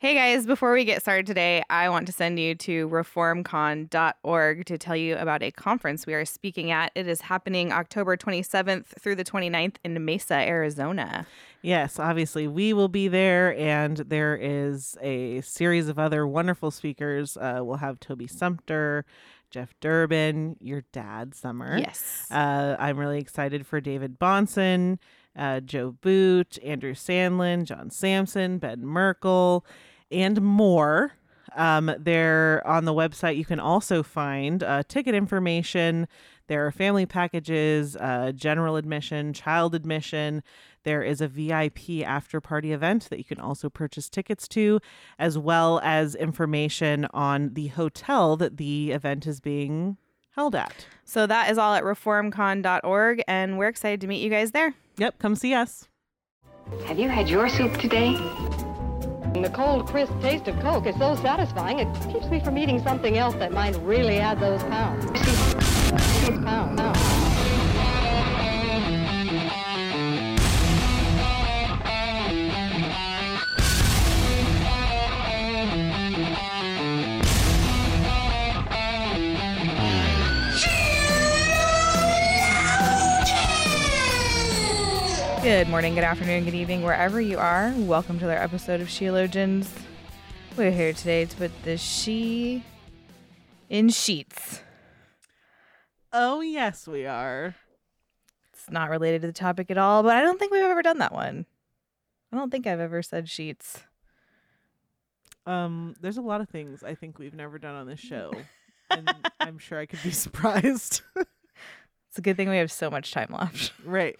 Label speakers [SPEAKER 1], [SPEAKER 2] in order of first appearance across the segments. [SPEAKER 1] Hey guys, before we get started today, I want to send you to reformcon.org to tell you about a conference we are speaking at. It is happening October 27th through the 29th in Mesa, Arizona.
[SPEAKER 2] Yes, obviously, we will be there, and there is a series of other wonderful speakers. Uh, we'll have Toby Sumter, Jeff Durbin, your dad, Summer.
[SPEAKER 1] Yes.
[SPEAKER 2] Uh, I'm really excited for David Bonson, uh, Joe Boot, Andrew Sandlin, John Sampson, Ben Merkel, and more. Um, they're on the website. You can also find uh, ticket information. There are family packages, uh, general admission, child admission. There is a VIP after party event that you can also purchase tickets to, as well as information on the hotel that the event is being held at.
[SPEAKER 1] So that is all at reformcon.org, and we're excited to meet you guys there.
[SPEAKER 2] Yep, come see us.
[SPEAKER 3] Have you had your soup today?
[SPEAKER 4] The cold, crisp taste of Coke is so satisfying, it keeps me from eating something else that might really add those pounds. Pound, pound.
[SPEAKER 1] Good morning, good afternoon, good evening, wherever you are. Welcome to another episode of Sheologians. We're here today to put the she in sheets.
[SPEAKER 2] Oh, yes, we are.
[SPEAKER 1] It's not related to the topic at all, but I don't think we've ever done that one. I don't think I've ever said sheets.
[SPEAKER 2] Um, there's a lot of things I think we've never done on this
[SPEAKER 1] Mm.
[SPEAKER 2] show, and I'm sure I could be surprised.
[SPEAKER 1] It's a good thing we have so much time left.
[SPEAKER 2] right.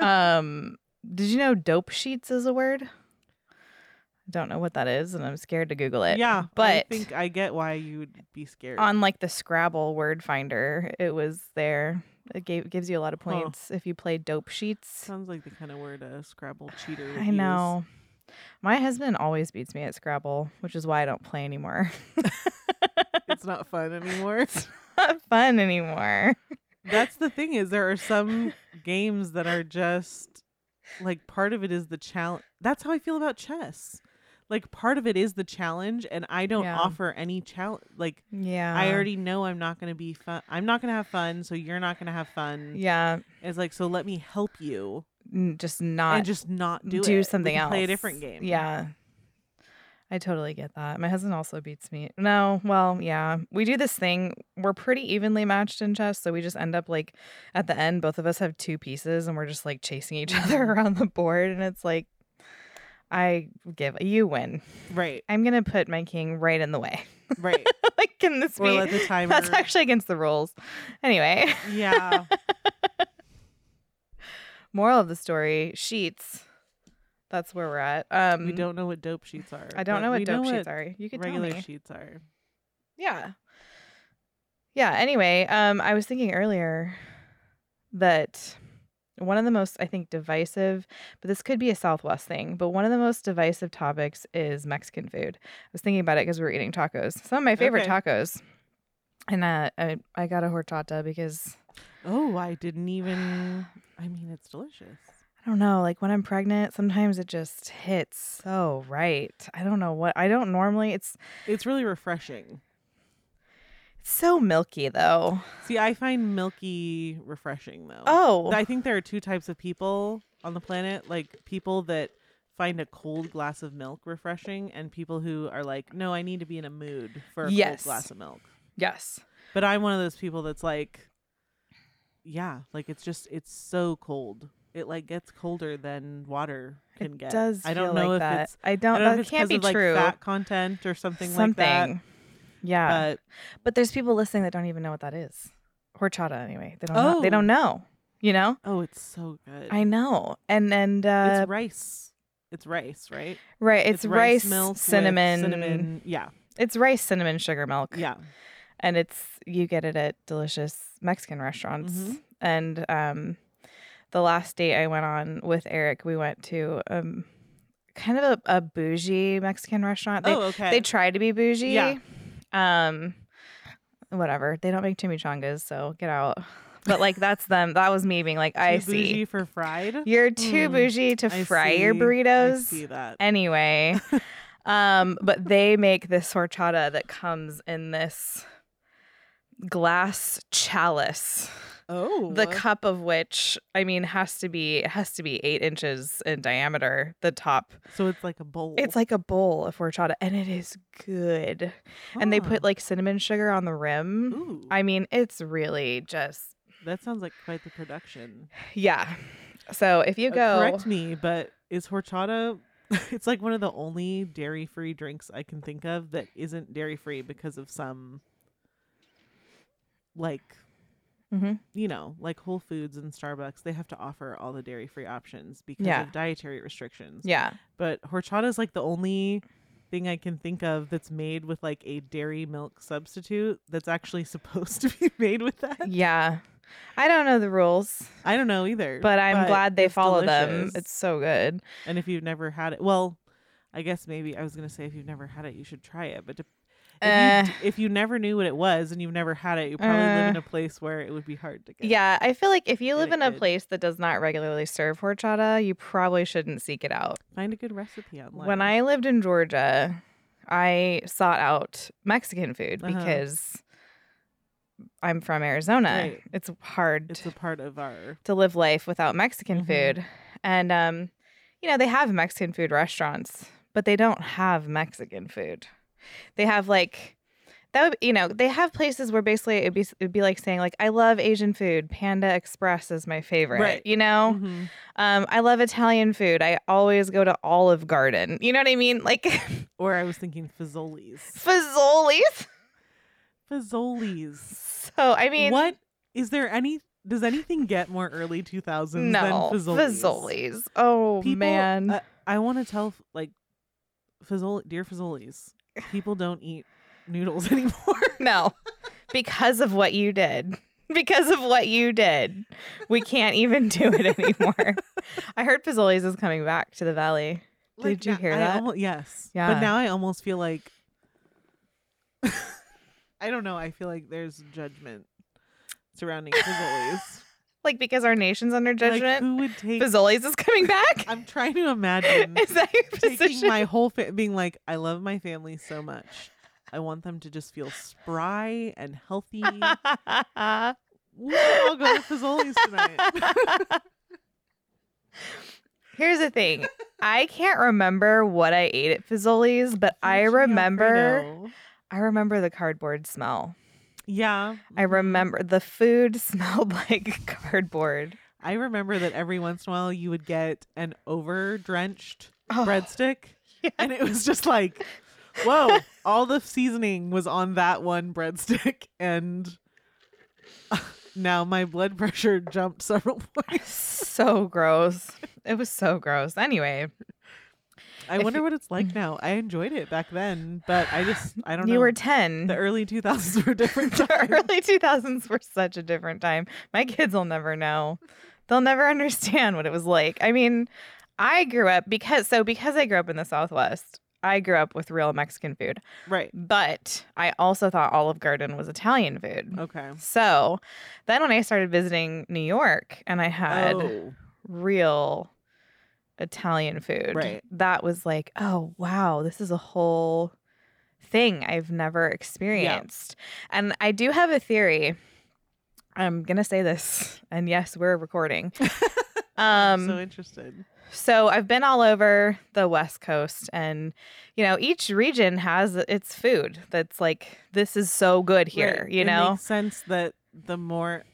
[SPEAKER 1] Um, did you know dope sheets is a word? I don't know what that is, and I'm scared to Google it.
[SPEAKER 2] yeah, I
[SPEAKER 1] but
[SPEAKER 2] think I get why you would be scared.
[SPEAKER 1] on like the Scrabble word finder, it was there. It gave, gives you a lot of
[SPEAKER 2] Huh.
[SPEAKER 1] points if you play dope sheets.
[SPEAKER 2] Sounds like the kind of word a Scrabble cheater. Would
[SPEAKER 1] I know. My husband always beats me at Scrabble, which is why I don't play anymore.
[SPEAKER 2] use. It's not fun anymore.
[SPEAKER 1] Not fun anymore.
[SPEAKER 2] That's the thing is there are some games that are just like part of it is the challenge. That's how I feel about chess. Like part of it is the challenge, and I don't
[SPEAKER 1] Yeah.
[SPEAKER 2] offer any challenge. Like
[SPEAKER 1] Yeah.
[SPEAKER 2] I already know I'm not going to be fun. I'm not going to have fun, so you're not going to have fun.
[SPEAKER 1] Yeah.
[SPEAKER 2] It's like so. Let me help you
[SPEAKER 1] n- Just not
[SPEAKER 2] and just not do, it. We
[SPEAKER 1] something
[SPEAKER 2] can
[SPEAKER 1] else.
[SPEAKER 2] Play a different game.
[SPEAKER 1] Yeah. I totally get that. My husband also beats me. No, well, yeah. We do this thing. We're pretty evenly matched in chess, so we just end up like at the end both of us have two pieces and we're just like chasing each other around the board and it's like I give you win.
[SPEAKER 2] Right.
[SPEAKER 1] I'm going to put my king right in the way.
[SPEAKER 2] Right.
[SPEAKER 1] like can this
[SPEAKER 2] or
[SPEAKER 1] be
[SPEAKER 2] let the timer.
[SPEAKER 1] That's actually against the rules. Anyway,
[SPEAKER 2] yeah.
[SPEAKER 1] moral of the story, sheets. That's where we're at. Um
[SPEAKER 2] we don't know what dope sheets are.
[SPEAKER 1] I don't
[SPEAKER 2] but
[SPEAKER 1] know what
[SPEAKER 2] we
[SPEAKER 1] dope sheets are. You could tell
[SPEAKER 2] Regular
[SPEAKER 1] me.
[SPEAKER 2] sheets are.
[SPEAKER 1] Yeah. Yeah, anyway, um I was thinking earlier that one of the most I think divisive, but this could be a Southwest thing, but one of the most divisive topics is Mexican food. I was thinking about it because we were eating tacos. Some of my favorite
[SPEAKER 2] Okay.
[SPEAKER 1] tacos. And uh, I I got a horchata because
[SPEAKER 2] Oh, I didn't even. I mean, it's delicious.
[SPEAKER 1] I don't know, like when I'm pregnant, sometimes it just hits so right. I don't know what I don't normally it's
[SPEAKER 2] It's really refreshing.
[SPEAKER 1] it's so milky though.
[SPEAKER 2] See, I find milky refreshing though.
[SPEAKER 1] Oh.
[SPEAKER 2] I think there are two types of people on the planet, like people that find a cold glass of milk refreshing and people who are like, "No, I need to be in a mood for a
[SPEAKER 1] Yes.
[SPEAKER 2] cold glass of milk."
[SPEAKER 1] yes.
[SPEAKER 2] But I'm one of those people that's like yeah, like it's just it's so cold. It like gets colder than water can
[SPEAKER 1] It
[SPEAKER 2] get.
[SPEAKER 1] does
[SPEAKER 2] I
[SPEAKER 1] feel
[SPEAKER 2] don't know
[SPEAKER 1] like
[SPEAKER 2] if
[SPEAKER 1] that.
[SPEAKER 2] it's
[SPEAKER 1] I
[SPEAKER 2] I
[SPEAKER 1] don't,
[SPEAKER 2] don't know if
[SPEAKER 1] that
[SPEAKER 2] it's
[SPEAKER 1] can't
[SPEAKER 2] 'cause
[SPEAKER 1] be
[SPEAKER 2] of, like,
[SPEAKER 1] true.
[SPEAKER 2] fat content or something, like that.
[SPEAKER 1] Something. yeah.
[SPEAKER 2] But
[SPEAKER 1] But there's people listening that don't even know what that is. Horchata anyway. They don't know. They
[SPEAKER 2] Oh.
[SPEAKER 1] don't know. You know?
[SPEAKER 2] oh, it's so good.
[SPEAKER 1] I know. And and uh
[SPEAKER 2] it's rice. It's rice, right?
[SPEAKER 1] right, it's, rice,
[SPEAKER 2] milk with
[SPEAKER 1] cinnamon.
[SPEAKER 2] cinnamon. Yeah,
[SPEAKER 1] It's rice, cinnamon, sugar, milk.
[SPEAKER 2] yeah.
[SPEAKER 1] and it's you get it at delicious Mexican restaurants.
[SPEAKER 2] Mhm.
[SPEAKER 1] And um, the last date I went on with Eric, we went to um, kind of a, a bougie Mexican restaurant. They
[SPEAKER 2] oh, okay.
[SPEAKER 1] they try to be bougie.
[SPEAKER 2] Yeah.
[SPEAKER 1] Um, whatever. They don't make chimichangas, so get out. But like that's them. That was me being like,
[SPEAKER 2] Too
[SPEAKER 1] I
[SPEAKER 2] bougie
[SPEAKER 1] see
[SPEAKER 2] for fried.
[SPEAKER 1] you're too
[SPEAKER 2] Mm,
[SPEAKER 1] bougie to
[SPEAKER 2] I
[SPEAKER 1] fry your
[SPEAKER 2] see- I
[SPEAKER 1] burritos.
[SPEAKER 2] see that.
[SPEAKER 1] Anyway, Um, but they make this horchata that comes in this glass chalice.
[SPEAKER 5] Oh,
[SPEAKER 1] The cup of which, I mean, has to be has to be eight inches in diameter. The top,
[SPEAKER 2] So it's like a bowl.
[SPEAKER 1] it's like a bowl of horchata, and it is good. And they put like cinnamon sugar on the rim.
[SPEAKER 2] Oh. Ooh,
[SPEAKER 1] I mean, it's really just
[SPEAKER 2] that sounds like quite the production.
[SPEAKER 1] yeah. So if you
[SPEAKER 2] Uh,
[SPEAKER 1] go,
[SPEAKER 2] correct me, but is horchata? It's like one of the only dairy-free drinks I can think of that isn't dairy-free because of some, like,
[SPEAKER 1] Mhm.
[SPEAKER 2] you know, like Whole Foods and Starbucks. They have to offer all the dairy-free options because
[SPEAKER 1] Yeah.
[SPEAKER 2] of dietary restrictions.
[SPEAKER 1] yeah,
[SPEAKER 2] But horchata is like the only thing I can think of that's made with like a dairy milk substitute that's actually supposed to be made with that.
[SPEAKER 1] yeah. I don't know the rules,
[SPEAKER 2] I don't know either.
[SPEAKER 1] but I'm glad they
[SPEAKER 2] it's
[SPEAKER 1] follow them.
[SPEAKER 2] delicious.
[SPEAKER 1] It's so good.
[SPEAKER 2] and if you've never had it, well, I guess maybe I was gonna say if you've never had it, you should try it. But to, if,
[SPEAKER 1] Eh.
[SPEAKER 2] you, d- if you never knew what it was and you've never had it, you probably live in
[SPEAKER 1] Uh.
[SPEAKER 2] a place where it would be hard to get.
[SPEAKER 1] Yeah, I feel like if you
[SPEAKER 2] Get
[SPEAKER 1] live
[SPEAKER 2] it
[SPEAKER 1] in a
[SPEAKER 2] good.
[SPEAKER 1] place that does not regularly serve horchata, you probably shouldn't seek it out.
[SPEAKER 2] find a good recipe online.
[SPEAKER 1] When I lived in Georgia, I sought out Mexican food
[SPEAKER 2] Uh-huh.
[SPEAKER 1] because I'm from Arizona.
[SPEAKER 2] Right.
[SPEAKER 1] It's hard
[SPEAKER 2] it's a part of our
[SPEAKER 1] to live life without Mexican
[SPEAKER 2] Mhm.
[SPEAKER 1] food. And um, you know, they have Mexican food restaurants, but they don't have Mexican food. They have like that would you know, they have places where basically it'd be it'd be like saying like I love Asian food. Panda Express is my favorite.
[SPEAKER 2] Right.
[SPEAKER 1] You know?
[SPEAKER 2] Mhm.
[SPEAKER 1] Um, I love Italian food. I always go to Olive Garden. You know what I mean? Like
[SPEAKER 2] or I was thinking fazoli's.
[SPEAKER 1] Fazoli's.
[SPEAKER 2] Fazoli's.
[SPEAKER 1] So I mean
[SPEAKER 2] what is there any? Does anything get more early two thousands than
[SPEAKER 1] no
[SPEAKER 2] Fazoli's?
[SPEAKER 1] Fazoli's. Oh
[SPEAKER 2] People,
[SPEAKER 1] man.
[SPEAKER 2] uh, I want to tell like, Fazoli, dear Fazoli's, people don't eat noodles anymore.
[SPEAKER 1] No, because of what you did. Because of what you did, we can't even do it anymore. I heard Fazoli's is coming back to the valley. Did you
[SPEAKER 2] now-
[SPEAKER 1] hear
[SPEAKER 2] I
[SPEAKER 1] that?
[SPEAKER 2] almo- yes.
[SPEAKER 1] Yeah.
[SPEAKER 2] But now I almost feel like, I don't know. I feel like there's judgment surrounding Fazoli's.
[SPEAKER 1] Like because our nation's under
[SPEAKER 2] Like,
[SPEAKER 1] judgment,
[SPEAKER 2] who would take?
[SPEAKER 1] Fazoli's is coming back.
[SPEAKER 2] I'm trying to imagine.
[SPEAKER 1] Is that your
[SPEAKER 2] taking
[SPEAKER 1] position?
[SPEAKER 2] my whole fa- being like i love my family so much i want them to just feel spry and healthy we should all go to fazoli's tonight
[SPEAKER 1] Here's the thing. I can't remember what I ate at Fazoli's, but I
[SPEAKER 2] Fettuccine
[SPEAKER 1] remember
[SPEAKER 2] Alfredo.
[SPEAKER 1] I remember the cardboard smell.
[SPEAKER 2] yeah
[SPEAKER 1] I remember the food smelled like cardboard.
[SPEAKER 2] i remember that every once in a while you would get an over drenched
[SPEAKER 1] Oh.
[SPEAKER 2] breadstick and it was just like whoa all the seasoning was on that one breadstick and now my blood pressure jumped several points
[SPEAKER 1] so gross. It was so gross. Anyway,
[SPEAKER 2] I
[SPEAKER 1] If
[SPEAKER 2] wonder
[SPEAKER 1] you-
[SPEAKER 2] what it's like now. I enjoyed it back then, but I just I don't
[SPEAKER 1] you
[SPEAKER 2] know.
[SPEAKER 1] were 10.
[SPEAKER 2] the early 2000s were different.
[SPEAKER 1] The
[SPEAKER 2] times.
[SPEAKER 1] early 2000s were such a different time. My kids will never know. They'll never understand what it was like. I mean, I grew up because, so because I grew up in the Southwest, I grew up with real Mexican food,
[SPEAKER 2] Right.
[SPEAKER 1] but I also thought Olive Garden was Italian food.
[SPEAKER 2] Okay.
[SPEAKER 1] So then when I started visiting New York and I had
[SPEAKER 2] Oh.
[SPEAKER 1] real Italian food.
[SPEAKER 2] Right.
[SPEAKER 1] That was like, oh wow, this is a whole thing I've never experienced. And I do have a theory. I'm gonna say this, and yes, we're recording.
[SPEAKER 2] I'm
[SPEAKER 1] um
[SPEAKER 2] so interested.
[SPEAKER 1] so I've been all over the West Coast, and you know, each region has its food that's like, this is so good here,
[SPEAKER 2] Right.
[SPEAKER 1] you
[SPEAKER 2] It
[SPEAKER 1] know?
[SPEAKER 2] makes sense that the more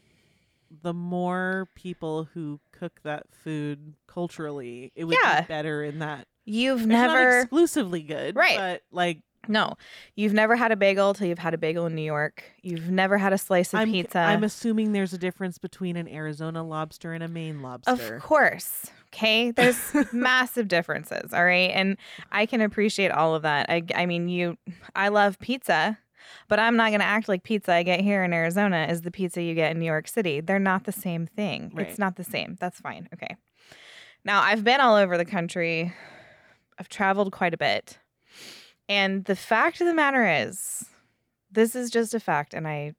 [SPEAKER 2] the more people who cook that food culturally, it would
[SPEAKER 1] Yeah.
[SPEAKER 2] be better in that.
[SPEAKER 1] You've
[SPEAKER 2] It's not
[SPEAKER 1] never
[SPEAKER 2] exclusively good,
[SPEAKER 1] Right.
[SPEAKER 2] But like
[SPEAKER 1] No, you've never had a bagel till you've had a bagel in New York. You've never had a slice of
[SPEAKER 2] I'm
[SPEAKER 1] pizza.
[SPEAKER 2] I'm assuming there's a difference between an Arizona lobster and a Maine
[SPEAKER 1] of
[SPEAKER 2] lobster.
[SPEAKER 1] course. Okay. There's massive differences. All right. And I can appreciate all of that. I, I mean, you, I love pizza, but I'm not going to act like pizza I get here in Arizona is the pizza you get in New York City. They're not the same thing. It's
[SPEAKER 2] Right.
[SPEAKER 1] not the same. That's fine. Okay. Now, I've been all over the country, I've traveled quite a bit. And the fact of the matter is, this is just a fact. And I,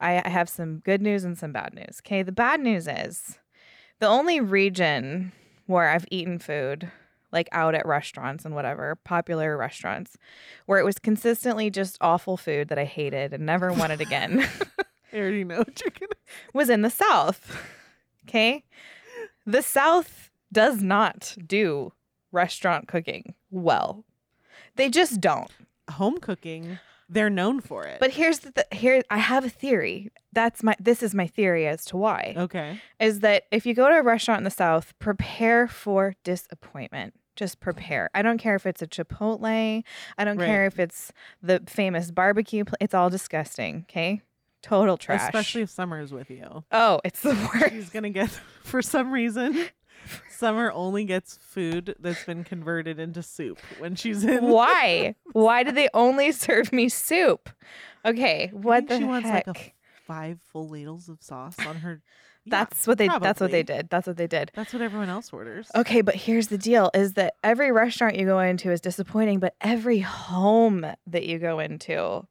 [SPEAKER 1] I I have some good news and some bad news. Okay. The bad news is the only region where I've eaten food like out at restaurants and whatever, popular restaurants, where it was consistently just awful food that I hated and never wanted again,
[SPEAKER 2] I already know what you're gonna.
[SPEAKER 1] was in the South. Okay. The South does not do restaurant cooking well, they just don't.
[SPEAKER 2] Home cooking. They're known for it.
[SPEAKER 1] But here's the th- here I have a theory. That's my this is my theory as to why
[SPEAKER 2] okay.
[SPEAKER 1] is that if you go to a restaurant in the South, prepare for disappointment. Just prepare. I don't care if it's a Chipotle. I don't
[SPEAKER 2] Right.
[SPEAKER 1] care if it's the famous barbecue. Pl- it's all disgusting. Okay, total trash.
[SPEAKER 2] Especially if Summer's with you.
[SPEAKER 1] oh, it's the
[SPEAKER 2] She's
[SPEAKER 1] worst.
[SPEAKER 2] gonna get for some reason. Summer only gets food that's been converted into soup when she's in.
[SPEAKER 1] Why? Why do they only serve me soup? Okay,
[SPEAKER 2] I
[SPEAKER 1] what
[SPEAKER 2] think
[SPEAKER 1] the
[SPEAKER 2] she wants
[SPEAKER 1] heck?
[SPEAKER 2] like a f- five full ladles of sauce on her. Yeah,
[SPEAKER 1] that's what they. That's what
[SPEAKER 2] probably.
[SPEAKER 1] they did. That's what they did.
[SPEAKER 2] That's what everyone else orders.
[SPEAKER 1] Okay, but here's the deal is that every restaurant you go into is disappointing, but every home that you go into,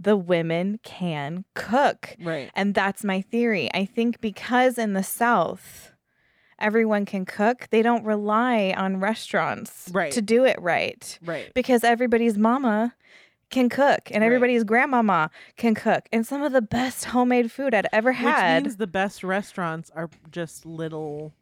[SPEAKER 1] the women can cook.
[SPEAKER 2] Right.
[SPEAKER 1] And that's my theory. I think because in the South, everyone can cook, they don't rely on restaurants
[SPEAKER 2] Right.
[SPEAKER 1] to do it right
[SPEAKER 2] Right.
[SPEAKER 1] because everybody's mama can cook and
[SPEAKER 2] Right.
[SPEAKER 1] everybody's grandmama can cook. And some of the best homemade food I'd ever
[SPEAKER 2] Which
[SPEAKER 1] had.
[SPEAKER 2] means the best restaurants are just little.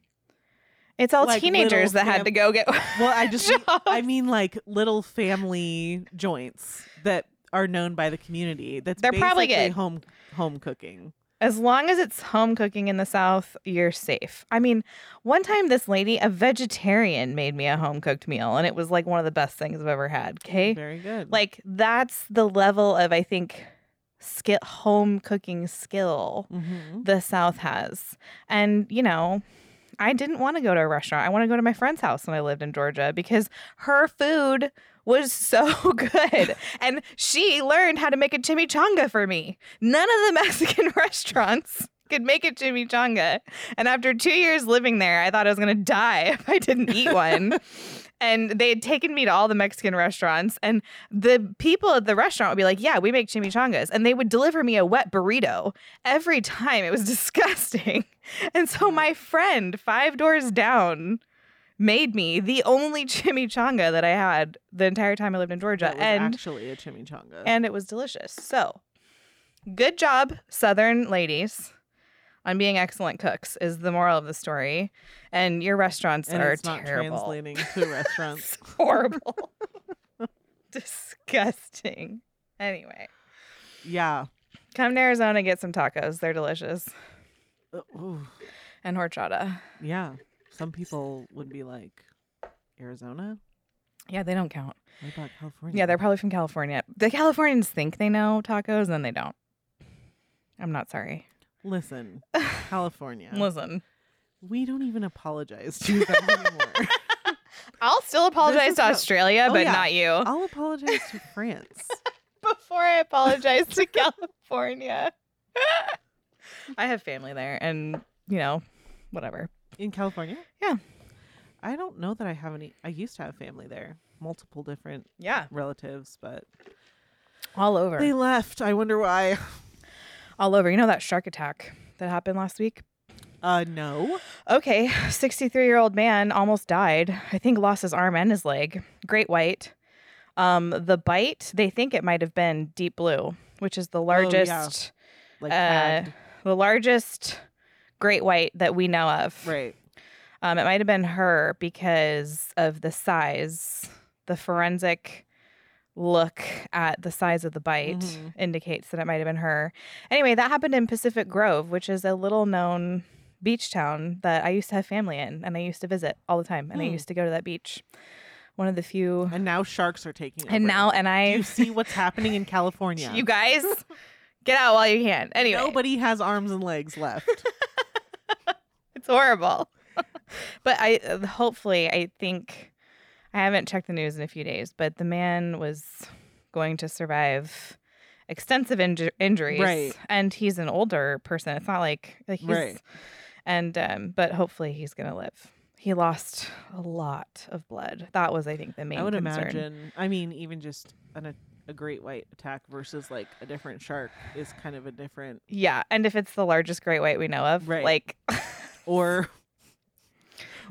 [SPEAKER 1] it's all
[SPEAKER 2] like,
[SPEAKER 1] teenagers
[SPEAKER 2] little
[SPEAKER 1] that had to
[SPEAKER 2] fam-
[SPEAKER 1] go get.
[SPEAKER 2] Well, I just
[SPEAKER 1] jobs.
[SPEAKER 2] I mean like little family joints that are known by the community. That's
[SPEAKER 1] They're probably
[SPEAKER 2] basically
[SPEAKER 1] good.
[SPEAKER 2] home home cooking.
[SPEAKER 1] As long as it's home cooking in the South, you're safe. I mean, one time this lady, a vegetarian, made me a home cooked meal, and it was like one of the best things I've ever had. Okay.
[SPEAKER 2] Very good.
[SPEAKER 1] Like, that's the level of, I think, skill, home cooking skill
[SPEAKER 2] Mhm.
[SPEAKER 1] the South has. And, you know, I didn't want to go to a restaurant. I want to go to my friend's house when I lived in Georgia because her food was so good. and she learned how to make a chimichanga for me. None of the Mexican restaurants could make a chimichanga. And after two years living there, I thought I was going to die if I didn't eat one. and they had taken me to all the Mexican restaurants, and the people at the restaurant would be like, Yeah, we make chimichangas. And they would deliver me a wet burrito every time. It was disgusting. And so my friend, five doors down, made me the only chimichanga that I had the entire time I lived in Georgia.
[SPEAKER 2] That was
[SPEAKER 1] And
[SPEAKER 2] actually a chimichanga.
[SPEAKER 1] and it was delicious. So, good job, Southern ladies, on being excellent cooks is the moral of the story. And your restaurants
[SPEAKER 2] And
[SPEAKER 1] are
[SPEAKER 2] it's not
[SPEAKER 1] terrible,
[SPEAKER 2] translating to restaurants.
[SPEAKER 1] horrible, disgusting. Anyway,
[SPEAKER 2] yeah.
[SPEAKER 1] come to Arizona, get some tacos. They're delicious
[SPEAKER 2] Uh, ooh.
[SPEAKER 1] and horchata.
[SPEAKER 2] Yeah. Some people would be like Arizona?
[SPEAKER 1] Yeah, they don't count.
[SPEAKER 2] What about California?
[SPEAKER 1] Yeah, they're probably from California. The Californians think they know tacos, and then they don't. I'm not sorry.
[SPEAKER 2] Listen, California.
[SPEAKER 1] Listen,
[SPEAKER 2] We don't even apologize to them anymore.
[SPEAKER 1] I'll still apologize
[SPEAKER 2] is
[SPEAKER 1] to
[SPEAKER 2] how-
[SPEAKER 1] Australia,
[SPEAKER 2] Oh,
[SPEAKER 1] but
[SPEAKER 2] yeah.
[SPEAKER 1] not you.
[SPEAKER 2] I'll apologize to France.
[SPEAKER 1] before I apologize to California. I have family there and, you know, whatever.
[SPEAKER 2] In California?
[SPEAKER 1] Yeah.
[SPEAKER 2] I don't know that I have any. I used to have family there, multiple different
[SPEAKER 1] Yeah.
[SPEAKER 2] relatives, but
[SPEAKER 1] All over.
[SPEAKER 2] they left. I wonder why.
[SPEAKER 1] All over. You know that shark attack that happened last week?
[SPEAKER 2] Uh, no.
[SPEAKER 1] Okay. 63 year old man almost died. I think lost his arm and his leg. Great white. Um, the bite, they think it might have been deep blue, which is the
[SPEAKER 2] yeah.
[SPEAKER 1] largest,
[SPEAKER 2] Like,
[SPEAKER 1] uh,
[SPEAKER 2] tagged.
[SPEAKER 1] the largest great white that we know of.
[SPEAKER 2] right.
[SPEAKER 1] Um, it might have been her because of the size. The forensic look at the size of the bite
[SPEAKER 2] Mhm.
[SPEAKER 1] indicates that it might have been her. Anyway, that happened in Pacific Grove, which is a little known beach town that I used to have family in and I used to visit all the time. And I
[SPEAKER 2] Hmm.
[SPEAKER 1] used to go to that beach. One of the few.
[SPEAKER 2] And now sharks are taking over.
[SPEAKER 1] And now, and
[SPEAKER 2] Do
[SPEAKER 1] I,
[SPEAKER 2] you see what's happening in California.
[SPEAKER 1] you guys, get out while you can. Anyway.
[SPEAKER 2] Nobody has arms and legs left.
[SPEAKER 1] It's horrible. but I uh, hopefully I think I haven't checked the news in a few days, but the man was going to survive extensive inju- injuries,
[SPEAKER 2] Right.
[SPEAKER 1] And he's an older person. It's not like like he's
[SPEAKER 2] Right.
[SPEAKER 1] and um, but hopefully he's gonna live. He lost a lot of blood. That was, I think, the main.
[SPEAKER 2] I would
[SPEAKER 1] concern.
[SPEAKER 2] imagine. I mean, even just an, a, a great white attack versus like a different shark is kind of a different.
[SPEAKER 1] Yeah, and if it's the largest great white we know of,
[SPEAKER 2] Right.
[SPEAKER 1] like
[SPEAKER 2] Or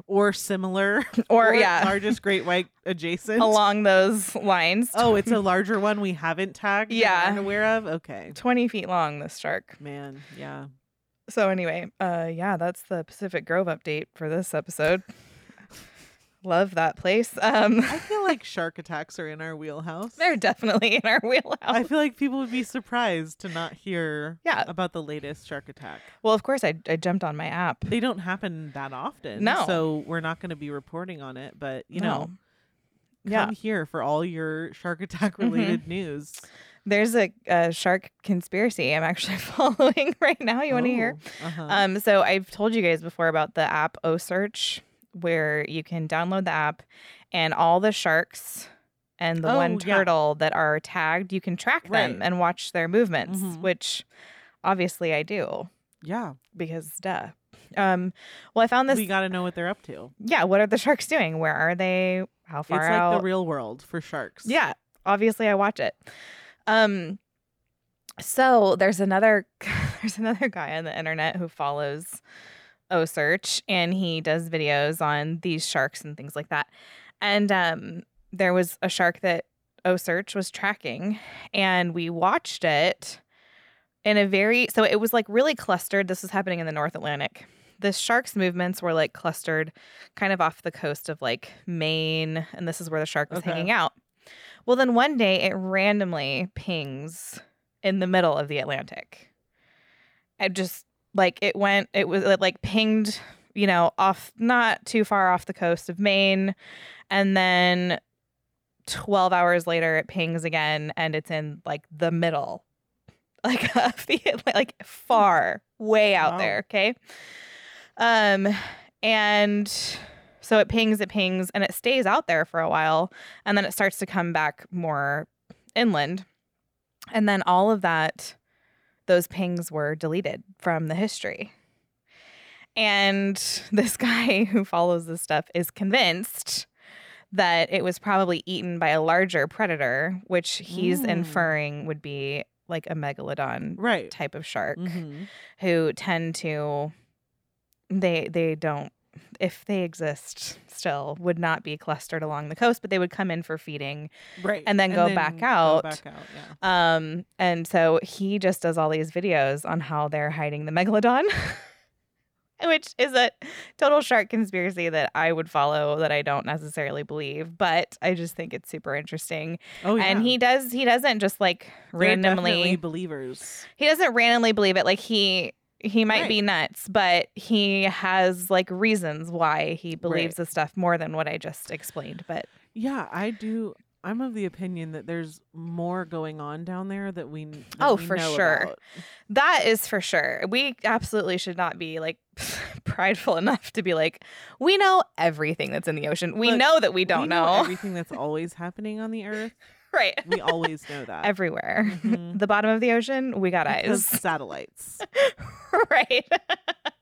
[SPEAKER 2] or similar
[SPEAKER 1] Or, yeah.
[SPEAKER 2] largest great white adjacent.
[SPEAKER 1] along those lines.
[SPEAKER 2] Oh, it's a larger one we haven't tagged. that we
[SPEAKER 1] Yeah.
[SPEAKER 2] aren't aware of. Okay,
[SPEAKER 1] 20 feet long, this shark.
[SPEAKER 2] man. Yeah.
[SPEAKER 1] So, anyway, uh, yeah, that's the Pacific Grove update for this episode. Love that place. Um,
[SPEAKER 2] I feel like shark attacks are in our wheelhouse.
[SPEAKER 1] they're definitely in our
[SPEAKER 2] I
[SPEAKER 1] wheelhouse.
[SPEAKER 2] feel like people would be surprised to not hear
[SPEAKER 1] Yeah.
[SPEAKER 2] about the latest shark attack.
[SPEAKER 1] Well, of course, I, I jumped on my app.
[SPEAKER 2] They don't happen that often.
[SPEAKER 1] No.
[SPEAKER 2] So we're not going to be reporting on it, but you know,
[SPEAKER 1] No. Yeah.
[SPEAKER 2] come here for all your shark attack related news.
[SPEAKER 1] There's a, a shark conspiracy I'm actually following right now. You want to hear?
[SPEAKER 2] Oh, uh-huh.
[SPEAKER 1] Um, so I've told you guys before about the app O Search, where you can download the app, and all the sharks and the
[SPEAKER 2] Oh,
[SPEAKER 1] one
[SPEAKER 2] yeah.
[SPEAKER 1] turtle that are tagged, you can track them
[SPEAKER 2] Right.
[SPEAKER 1] and watch their movements,
[SPEAKER 2] Mhm.
[SPEAKER 1] which obviously I do
[SPEAKER 2] yeah.
[SPEAKER 1] because duh. Um, well, I found this.
[SPEAKER 2] we got to know what they're up to.
[SPEAKER 1] yeah, what are the sharks doing? Where are they? How far
[SPEAKER 2] It's like
[SPEAKER 1] out?
[SPEAKER 2] the real world for sharks.
[SPEAKER 1] Yeah, obviously I watch it. Um so there's another there's another guy on the internet who follows O Search and he does videos on these sharks and things like that. And um there was a shark that O Search was tracking and we watched it in a very so it was like really clustered. This was happening in the North Atlantic. The shark's movements were like clustered kind of off the coast of like Maine and this is where the shark was
[SPEAKER 2] Okay.
[SPEAKER 1] hanging out. Well, then one day it randomly pings in the middle of the Atlantic. It just like it went, it was it like pinged, you know, off not too far off the coast of Maine. And then 12 hours later it pings again and it's in like the middle, like of the Atlantic, like far, way out
[SPEAKER 2] Wow.
[SPEAKER 1] there. Okay. Um, and so it pings, it pings, and it stays out there for a while and then it starts to come back more inland. And then all of that, those pings were deleted from the history. And this guy who follows this stuff is convinced that it was probably eaten by a larger predator, which he's
[SPEAKER 2] Mm.
[SPEAKER 1] inferring would be like a megalodon
[SPEAKER 2] Right.
[SPEAKER 1] type of shark
[SPEAKER 2] Mhm.
[SPEAKER 1] who tend to they they don't if they exist still would not be clustered along the coast but they would come in for feeding
[SPEAKER 2] Right.
[SPEAKER 1] and then go back
[SPEAKER 2] go
[SPEAKER 1] out.
[SPEAKER 2] back out. Yeah.
[SPEAKER 1] um and so he just does all these videos on how they're hiding the megalodon which is a total shark conspiracy that I would follow that I don't necessarily believe but I just think it's super interesting
[SPEAKER 2] Oh, yeah.
[SPEAKER 1] and he does he doesn't just like
[SPEAKER 2] They're
[SPEAKER 1] randomly
[SPEAKER 2] definitely believers.
[SPEAKER 1] he doesn't randomly believe it like he he might be nuts but he has like reasons why he believes
[SPEAKER 2] Right.
[SPEAKER 1] this stuff more than what i just explained but
[SPEAKER 2] Yeah, I do. I'm of the opinion that there's more going on down there that we. That
[SPEAKER 1] Oh,
[SPEAKER 2] we
[SPEAKER 1] for
[SPEAKER 2] know
[SPEAKER 1] sure.
[SPEAKER 2] about.
[SPEAKER 1] that is for sure we absolutely should not be like prideful enough to be like we know everything that's in the ocean we
[SPEAKER 2] Look,
[SPEAKER 1] know that we don't
[SPEAKER 2] we
[SPEAKER 1] know,
[SPEAKER 2] everything that's always happening on the earth.
[SPEAKER 1] right
[SPEAKER 2] We always know that.
[SPEAKER 1] everywhere
[SPEAKER 2] Mhm.
[SPEAKER 1] the bottom of the ocean we got
[SPEAKER 2] Because
[SPEAKER 1] eyes
[SPEAKER 2] satellites.
[SPEAKER 1] right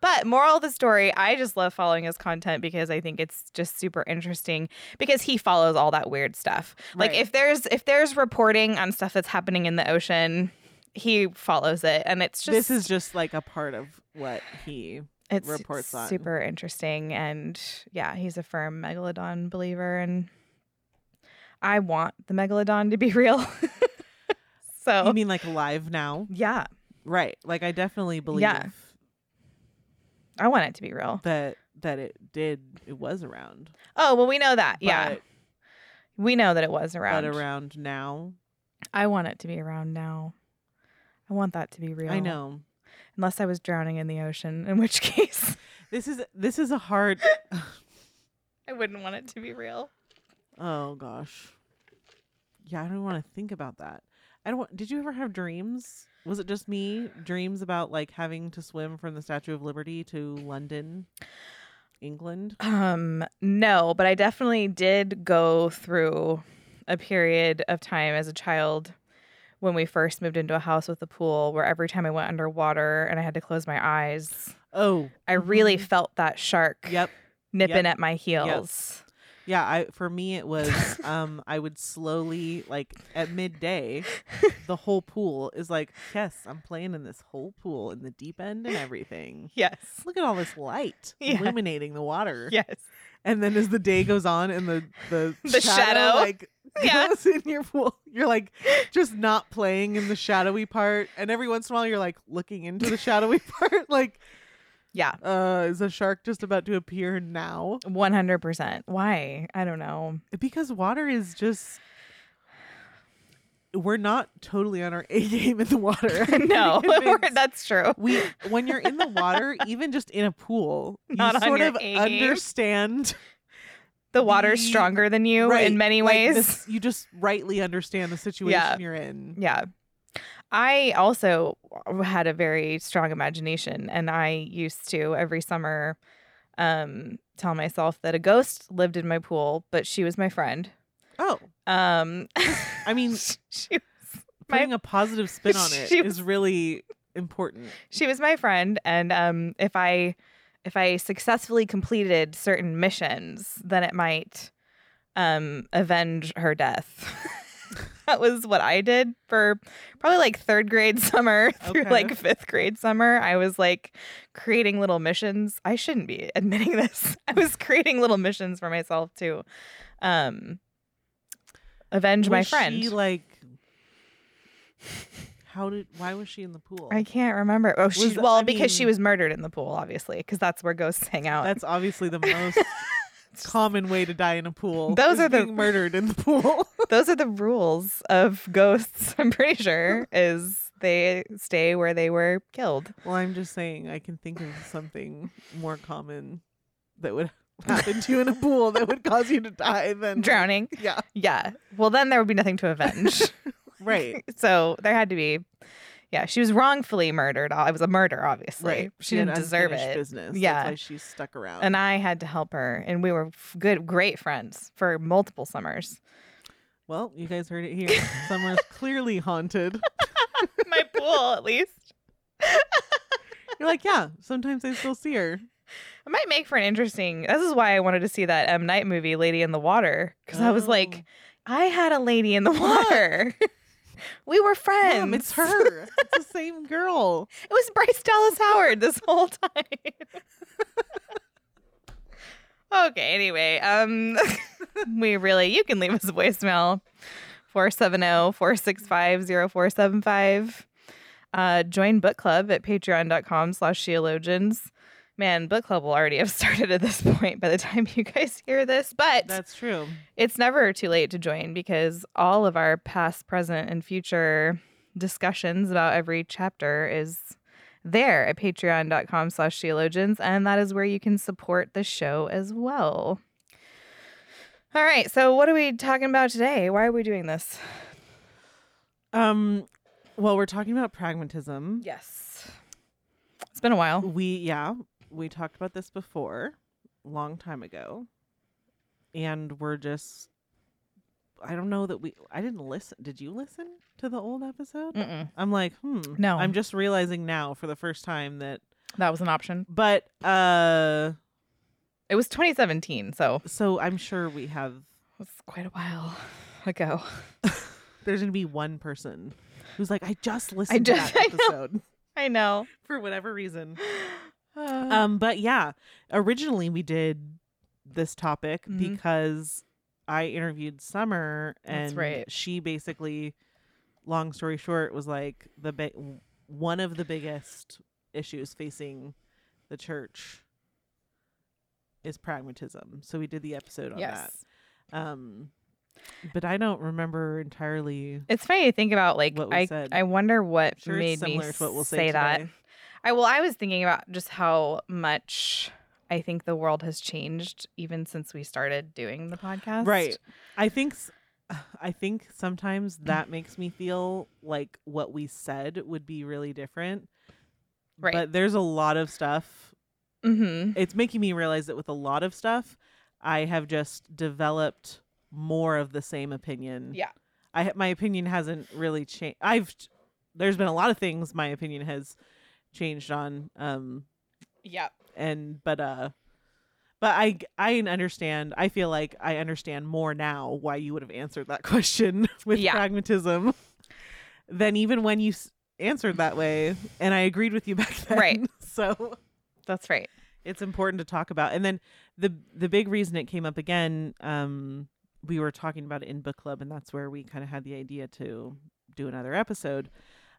[SPEAKER 1] But moral of the story, I just love following his content because I think it's just super interesting because he follows all that weird stuff. Like
[SPEAKER 2] Right.
[SPEAKER 1] if there's if there's reporting on stuff that's happening in the ocean, he follows it and it's just
[SPEAKER 2] this is just like a part of what he.
[SPEAKER 1] it's
[SPEAKER 2] reports on.
[SPEAKER 1] super interesting and yeah, he's a firm megalodon believer and I want the megalodon to be real. so
[SPEAKER 2] You mean like live now?
[SPEAKER 1] yeah,
[SPEAKER 2] Right. Like I definitely believe
[SPEAKER 1] Yeah. I want it to be real.
[SPEAKER 2] that that it did. It was around.
[SPEAKER 1] Oh, well we know that. yeah.
[SPEAKER 2] But,
[SPEAKER 1] We know that it was
[SPEAKER 2] but
[SPEAKER 1] around.
[SPEAKER 2] around now,
[SPEAKER 1] I want it to be around now. I want that to be real.
[SPEAKER 2] I know
[SPEAKER 1] Unless I was drowning in the ocean, in which case
[SPEAKER 2] this is this is a hard.
[SPEAKER 1] I wouldn't want it to be real.
[SPEAKER 2] Oh gosh. Yeah, I don't want to think about that. I don't want, did you ever have dreams? Was it just me? Dreams about like having to swim from the Statue of Liberty to London, England?
[SPEAKER 1] Um, no, but I definitely did go through a period of time as a child when we first moved into a house with a pool where every time I went underwater and I had to close my eyes,
[SPEAKER 2] Oh,
[SPEAKER 1] I really
[SPEAKER 2] Mhm.
[SPEAKER 1] felt that shark
[SPEAKER 2] yep.
[SPEAKER 1] nipping
[SPEAKER 2] yep,
[SPEAKER 1] at my heels.
[SPEAKER 2] Yeah, I for me it was um I would slowly like at midday the whole pool is like, "Yes, I'm playing in this whole pool in the deep end and everything."
[SPEAKER 1] Yes.
[SPEAKER 2] Look at all this light
[SPEAKER 1] Yeah.
[SPEAKER 2] illuminating the water.
[SPEAKER 1] Yes.
[SPEAKER 2] And then as the day goes on and the the,
[SPEAKER 1] The shadow.
[SPEAKER 2] like
[SPEAKER 1] Yeah.
[SPEAKER 2] goes in your pool, you're like just not playing in the shadowy part. And every once in a while you're like looking into the shadowy part, like,
[SPEAKER 1] Yeah.
[SPEAKER 2] uh, is a shark just about to appear now?
[SPEAKER 1] 100%. Why? I don't know.
[SPEAKER 2] Because water is just we're not totally on our A game in the water. I'm pretty
[SPEAKER 1] No, we're-
[SPEAKER 2] convinced.
[SPEAKER 1] that's true.
[SPEAKER 2] we when you're in the water, even just in a pool,
[SPEAKER 1] Not
[SPEAKER 2] you
[SPEAKER 1] on
[SPEAKER 2] sort
[SPEAKER 1] your
[SPEAKER 2] of
[SPEAKER 1] A game.
[SPEAKER 2] understand
[SPEAKER 1] The water's
[SPEAKER 2] the-
[SPEAKER 1] stronger than you
[SPEAKER 2] Right,
[SPEAKER 1] in many
[SPEAKER 2] like,
[SPEAKER 1] ways.
[SPEAKER 2] this- you just rightly understand the situation
[SPEAKER 1] Yeah.
[SPEAKER 2] you're in.
[SPEAKER 1] Yeah. I also had a very strong imagination and I used to every summer um tell myself that a ghost lived in my pool, but she was my friend.
[SPEAKER 2] Oh,
[SPEAKER 1] Um
[SPEAKER 2] I mean,
[SPEAKER 1] she, My-
[SPEAKER 2] putting a positive spin on it
[SPEAKER 1] She
[SPEAKER 2] is really important.
[SPEAKER 1] she was my friend and um if I if I successfully completed certain missions, then it might um avenge her death. that was what I did for probably like third grade summer through
[SPEAKER 2] Okay.
[SPEAKER 1] like fifth grade summer. I was like creating little missions. I shouldn't be admitting this. I was creating little missions for myself to um avenge my
[SPEAKER 2] Was
[SPEAKER 1] friend.
[SPEAKER 2] She like, how did? Why was she in the pool?
[SPEAKER 1] I can't remember. Oh, she
[SPEAKER 2] Was-
[SPEAKER 1] well
[SPEAKER 2] I
[SPEAKER 1] because she
[SPEAKER 2] mean-
[SPEAKER 1] was murdered in the pool, obviously, because that's where ghosts hang out.
[SPEAKER 2] That's obviously the most common way to die in a pool.
[SPEAKER 1] Those
[SPEAKER 2] is
[SPEAKER 1] are the-
[SPEAKER 2] being murdered in the pool.
[SPEAKER 1] Those are the rules of ghosts. I'm pretty sure is they stay where they were killed.
[SPEAKER 2] well, I'm just saying, I can think of something more common that would happen to you in a pool that would cause you to die than
[SPEAKER 1] Drowning.
[SPEAKER 2] Yeah,
[SPEAKER 1] Yeah. Well, then there would be nothing to avenge.
[SPEAKER 2] right.
[SPEAKER 1] so there had to be. Yeah, she was wrongfully murdered. uh, It was a murder, obviously.
[SPEAKER 2] Right.
[SPEAKER 1] She
[SPEAKER 2] had
[SPEAKER 1] didn't deserve
[SPEAKER 2] unfinished
[SPEAKER 1] it.
[SPEAKER 2] Business.
[SPEAKER 1] Yeah.
[SPEAKER 2] That's why she's stuck around.
[SPEAKER 1] And I had to help her, and we were f- good, great friends for multiple summers.
[SPEAKER 2] well, you guys heard it here. Summer's clearly haunted.
[SPEAKER 1] My pool, at least.
[SPEAKER 2] You're like, yeah. Sometimes I still see her.
[SPEAKER 1] It might make for an interesting. This is why I wanted to see that M Night movie, Lady in the Water, because I was like,
[SPEAKER 2] Oh.
[SPEAKER 1] I had a lady in the water. we were
[SPEAKER 2] Oh,
[SPEAKER 1] friends.
[SPEAKER 2] Mom, it's her. it's the same girl.
[SPEAKER 1] It was Bryce Dallas Howard this whole time. okay, anyway, um we really you can leave us a voicemail oh, 470-465-0475. Uh join book club at patreon.com slash theologians. Man, book club will already have started at this point by the time you guys hear this, but
[SPEAKER 2] That's true.
[SPEAKER 1] it's never too late to join because all of our past, present, and future discussions about every chapter is there at patreon.com slash theologians and that is where you can support the show as well all right so what are we talking about today why are we doing this
[SPEAKER 2] Um, well, we're talking about pragmatism.
[SPEAKER 1] yes it's been a while
[SPEAKER 2] We yeah, we talked about this before, long time ago, and we're just. I don't know that we. I didn't listen. Did you listen to the old episode?
[SPEAKER 1] Mm-mm.
[SPEAKER 2] I'm like, hmm.
[SPEAKER 1] Mm. No.
[SPEAKER 2] I'm just realizing now for the first time that.
[SPEAKER 1] that was an option
[SPEAKER 2] But uh,
[SPEAKER 1] it was 2017 so
[SPEAKER 2] so I'm sure we have.
[SPEAKER 1] it's quite a while ago
[SPEAKER 2] There's gonna be one person who's like, I just listened
[SPEAKER 1] just-
[SPEAKER 2] to
[SPEAKER 1] I
[SPEAKER 2] that
[SPEAKER 1] know.
[SPEAKER 2] episode
[SPEAKER 1] i know
[SPEAKER 2] for whatever reason.
[SPEAKER 1] Uh,
[SPEAKER 2] Um, but yeah, originally we did this topic
[SPEAKER 1] Mhm.
[SPEAKER 2] because I interviewed Summer, and
[SPEAKER 1] That's right.
[SPEAKER 2] she basically, long story short, was like the big one of the biggest issues facing the church is pragmatism. So we did the episode on
[SPEAKER 1] yes
[SPEAKER 2] that. Um, but I don't remember entirely.
[SPEAKER 1] It's funny to think about. Like,
[SPEAKER 2] What we
[SPEAKER 1] I
[SPEAKER 2] said.
[SPEAKER 1] I wonder what
[SPEAKER 2] Sure, it's
[SPEAKER 1] made me
[SPEAKER 2] similar to what we'll say
[SPEAKER 1] say, that.
[SPEAKER 2] today.
[SPEAKER 1] I well, I was thinking about just how much I think the world has changed even since we started doing the podcast.
[SPEAKER 2] Right. I think s- I think sometimes that makes me feel like what we said would be really different.
[SPEAKER 1] Right.
[SPEAKER 2] But there's a lot of stuff.
[SPEAKER 1] mm-hmm.
[SPEAKER 2] It's making me realize that with a lot of stuff, I have just developed more of the same opinion.
[SPEAKER 1] Yeah.
[SPEAKER 2] I ha- my opinion hasn't really changed. I've ch- there's been a lot of things my opinion has changed on um
[SPEAKER 1] Yep.
[SPEAKER 2] and but uh But I I understand. I feel like I understand more now why you would have answered that question with
[SPEAKER 1] Yeah.
[SPEAKER 2] pragmatism than even when you s- answered that way. And I agreed with you back then.
[SPEAKER 1] Right.
[SPEAKER 2] So
[SPEAKER 1] That's right.
[SPEAKER 2] it's important to talk about. And then the the big reason it came up again, um, we were talking about it in book club, and that's where we kind of had the idea to do another episode.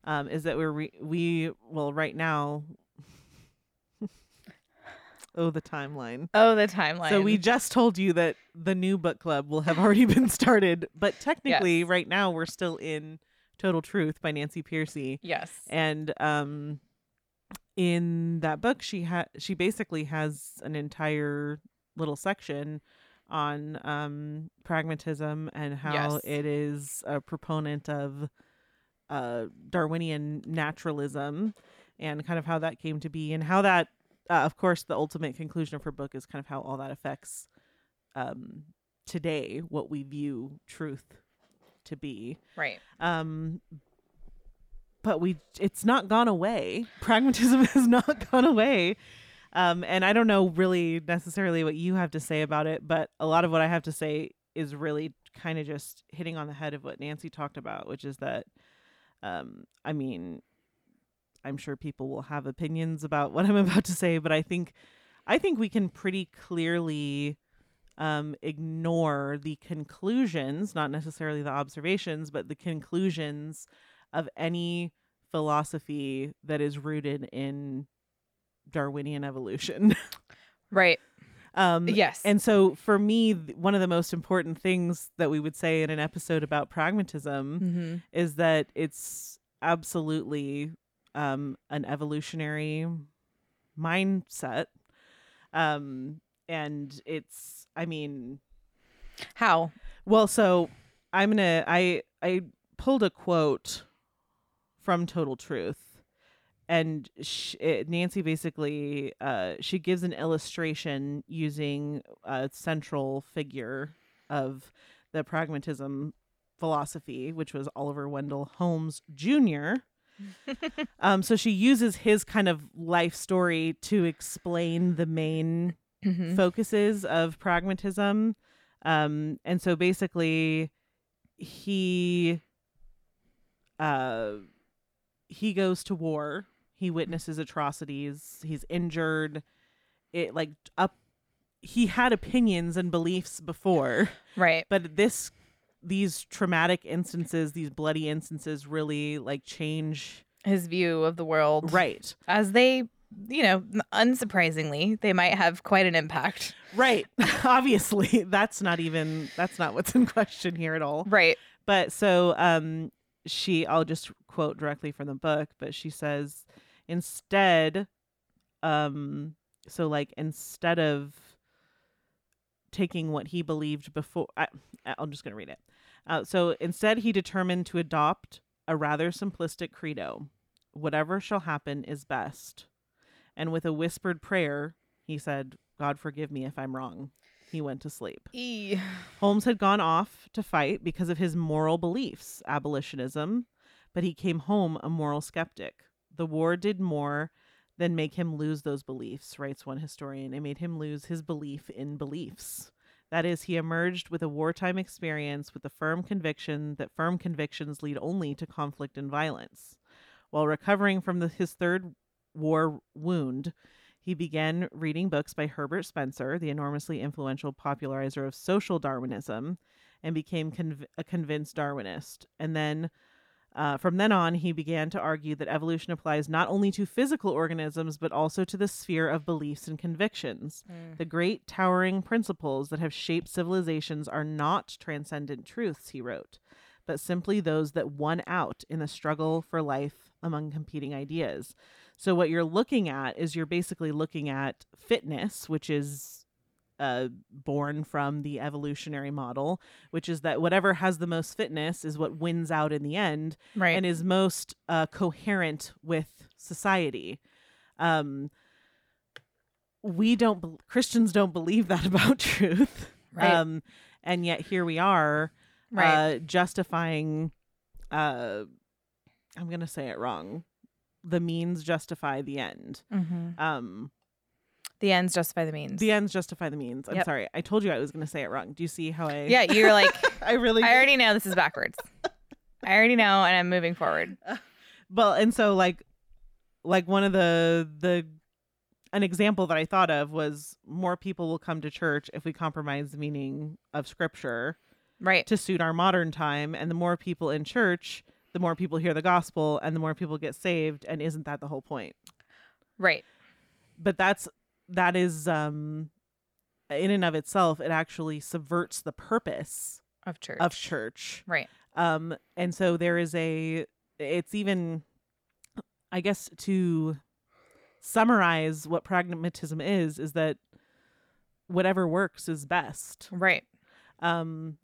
[SPEAKER 2] Um, is that we're re- we well right now. oh, the timeline.
[SPEAKER 1] Oh, the timeline.
[SPEAKER 2] So we just told you that the new book club will have already been started, but technically,
[SPEAKER 1] Yes.
[SPEAKER 2] right now we're still in Total Truth by Nancy Piercy,
[SPEAKER 1] yes.
[SPEAKER 2] and um, in that book, she ha- she basically has an entire little section on um pragmatism and how
[SPEAKER 1] Yes.
[SPEAKER 2] it is a proponent of uh Darwinian naturalism and kind of how that came to be and how that uh, of course the ultimate conclusion of her book is kind of how all that affects um today what we view truth to be
[SPEAKER 1] Right.
[SPEAKER 2] um but we it's not gone away pragmatism has not gone away um and i don't know really necessarily what you have to say about it but a lot of what i have to say is really kind of just hitting on the head of what nancy talked about which is that um i mean i'm sure people will have opinions about what i'm about to say but i think i think we can pretty clearly um, ignore the conclusions, not necessarily the observations, but the conclusions of any philosophy that is rooted in Darwinian evolution.
[SPEAKER 1] Right.
[SPEAKER 2] um,
[SPEAKER 1] Yes.
[SPEAKER 2] And so, for me, th- one of the most important things that we would say in an episode about pragmatism
[SPEAKER 1] hmm
[SPEAKER 2] is that it's absolutely um, an evolutionary mindset. Um, and it's, I mean,
[SPEAKER 1] How?
[SPEAKER 2] well, so I'm gonna I I pulled a quote from Total Truth, and sh it, Nancy basically uh, she gives an illustration using a central figure of the pragmatism philosophy, which was Oliver Wendell Holmes Jr. um, so she uses his kind of life story to explain the main
[SPEAKER 1] Mhm.
[SPEAKER 2] focuses of pragmatism. Um, and so basically, he uh, he goes to war. He witnesses atrocities. He's injured. It like up. He had opinions and beliefs before,
[SPEAKER 1] Right.
[SPEAKER 2] but this these traumatic instances, these bloody instances, really like change.
[SPEAKER 1] His view of the world.
[SPEAKER 2] Right,
[SPEAKER 1] As they, you know, unsurprisingly, they might have quite an impact.
[SPEAKER 2] right. Obviously, that's not even that's not what's in question here at all.
[SPEAKER 1] Right.
[SPEAKER 2] But so um she I'll just quote directly from the book, but she says instead um so like instead of taking what he believed before I, I'm just going to read it. Uh, so instead he determined to adopt a rather simplistic credo. Whatever shall happen is best. And with a whispered prayer, he said, "God forgive me if I'm wrong." He went to sleep.
[SPEAKER 1] E.
[SPEAKER 2] Holmes had gone off to fight because of his moral beliefs, abolitionism, but he came home a moral skeptic. The war did more than make him lose those beliefs, writes one historian. It made him lose his belief in beliefs. That is, he emerged with a wartime experience with the firm conviction that firm convictions lead only to conflict and violence. While recovering from the, his third war wound, he began reading books by Herbert Spencer, the enormously influential popularizer of social Darwinism, and became conv- a convinced Darwinist. And then uh, from then on, he began to argue that evolution applies not only to physical organisms, but also to the sphere of beliefs and convictions. The great towering principles that have shaped civilizations are not transcendent truths, he wrote, but simply those that won out in the struggle for life among competing ideas. So, what you're looking at is you're basically looking at fitness, which is uh, born from the evolutionary model, which is that whatever has the most fitness is what wins out in the end
[SPEAKER 1] Right.
[SPEAKER 2] and is most uh, coherent with society. Um, we don't bel Christians don't believe that about truth,
[SPEAKER 1] Right.
[SPEAKER 2] um, and yet here we are
[SPEAKER 1] right.
[SPEAKER 2] uh, justifying. Uh, I'm gonna say it wrong. The means justify the end.
[SPEAKER 1] mm-hmm.
[SPEAKER 2] Um,
[SPEAKER 1] The ends justify the means.
[SPEAKER 2] The ends justify the means. I'm
[SPEAKER 1] Yep.
[SPEAKER 2] sorry. I told you I was going to say it wrong. Do you see how I?
[SPEAKER 1] yeah, you're like,
[SPEAKER 2] I really.
[SPEAKER 1] I already know this is backwards. I already know, and I'm moving forward.
[SPEAKER 2] well, and so like, like one of the the, an example that I thought of was more people will come to church if we compromise the meaning of scripture
[SPEAKER 1] Right.
[SPEAKER 2] to suit our modern time, and the more people in church, the more people hear the gospel, and the more people get saved. And isn't that the whole point?
[SPEAKER 1] Right.
[SPEAKER 2] but that's that is um in and of itself it actually subverts the purpose
[SPEAKER 1] Of church.
[SPEAKER 2] of church
[SPEAKER 1] Right.
[SPEAKER 2] um and so there is a it's even i guess to summarize what pragmatism is is that whatever works is best
[SPEAKER 1] Right.
[SPEAKER 2] um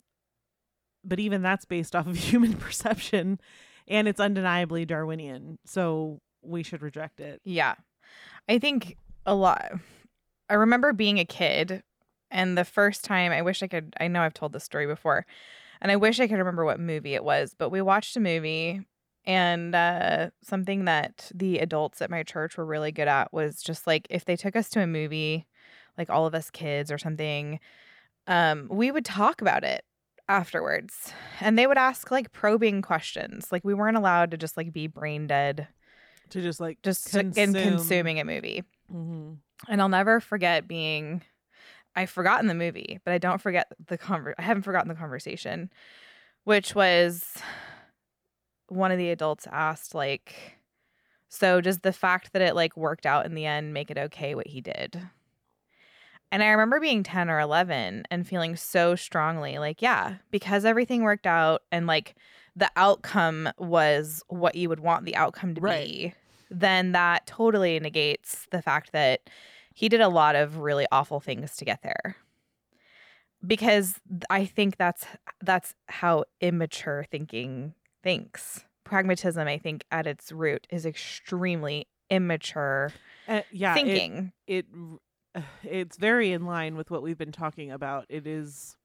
[SPEAKER 2] but even that's based off of human perception and it's undeniably darwinian so we should reject it
[SPEAKER 1] Yeah. I think a lot. I remember being a kid, and the first time I wish I could, I know I've told this story before, and I wish I could remember what movie it was, but we watched a movie, and uh, something that the adults at my church were really good at was just like if they took us to a movie, like all of us kids or something, um, we would talk about it afterwards and they would ask like probing questions like we weren't allowed to just like be brain dead
[SPEAKER 2] to just like
[SPEAKER 1] just to- in consuming a movie.
[SPEAKER 2] mm-hmm.
[SPEAKER 1] And I'll never forget being I've forgotten the movie, but I don't forget the conver I haven't forgotten the conversation, which was one of the adults asked like so does the fact that it like worked out in the end make it okay what he did? And I remember being 10 or 11 and feeling so strongly like yeah, because everything worked out and like the outcome was what you would want the outcome to
[SPEAKER 2] Right.
[SPEAKER 1] be, then that totally negates the fact that he did a lot of really awful things to get there. Because th- I think that's that's how immature thinking thinks. Pragmatism, I think, at its root is extremely immature
[SPEAKER 2] Uh, yeah, it-
[SPEAKER 1] thinking.
[SPEAKER 2] It, r- it's very in line with what we've been talking about. It is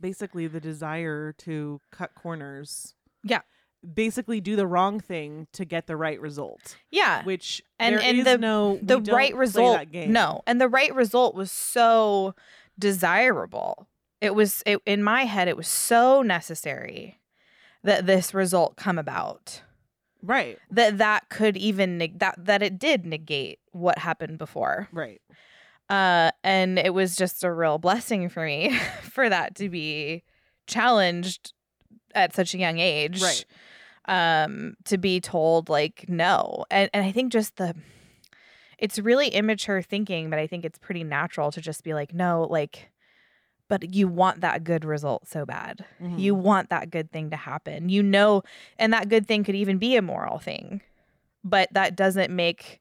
[SPEAKER 2] basically the desire to cut corners.
[SPEAKER 1] Yeah.
[SPEAKER 2] Basically, do the wrong thing to get the right result.
[SPEAKER 1] yeah.
[SPEAKER 2] Which
[SPEAKER 1] Uh, And-
[SPEAKER 2] there
[SPEAKER 1] and
[SPEAKER 2] is
[SPEAKER 1] the-
[SPEAKER 2] no we
[SPEAKER 1] the
[SPEAKER 2] don't
[SPEAKER 1] right
[SPEAKER 2] play
[SPEAKER 1] result
[SPEAKER 2] That game.
[SPEAKER 1] no and the right result was so desirable it was it, in my head it was so necessary that this result come about
[SPEAKER 2] Right.
[SPEAKER 1] that that could even neg- that that it did negate what happened before
[SPEAKER 2] Right.
[SPEAKER 1] uh and it was just a real blessing for me for that to be challenged at such a young age
[SPEAKER 2] Right.
[SPEAKER 1] um to be told like no and and i think just the it's really immature thinking but i think it's pretty natural to just be like no like but you want that good result so bad
[SPEAKER 2] Mhm.
[SPEAKER 1] you want that good thing to happen you know and that good thing could even be a moral thing but that doesn't make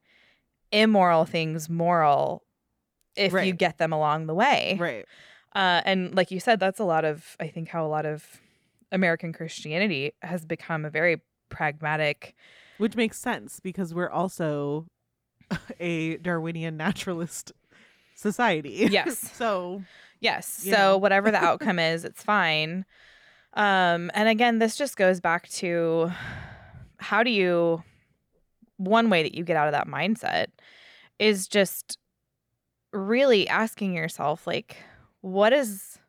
[SPEAKER 1] immoral things moral if you
[SPEAKER 2] Right.
[SPEAKER 1] get them along the way
[SPEAKER 2] Right.
[SPEAKER 1] uh, and like you said, that's a lot of, I think, how a lot of American Christianity has become a very pragmatic.
[SPEAKER 2] Which makes sense because we're also a Darwinian naturalist society.
[SPEAKER 1] Yes.
[SPEAKER 2] so
[SPEAKER 1] Yes.
[SPEAKER 2] You
[SPEAKER 1] so
[SPEAKER 2] know.
[SPEAKER 1] whatever the outcome is, it's fine. Um, and again, this just goes back to how do you, one way that you get out of that mindset is just really asking yourself, like, what is,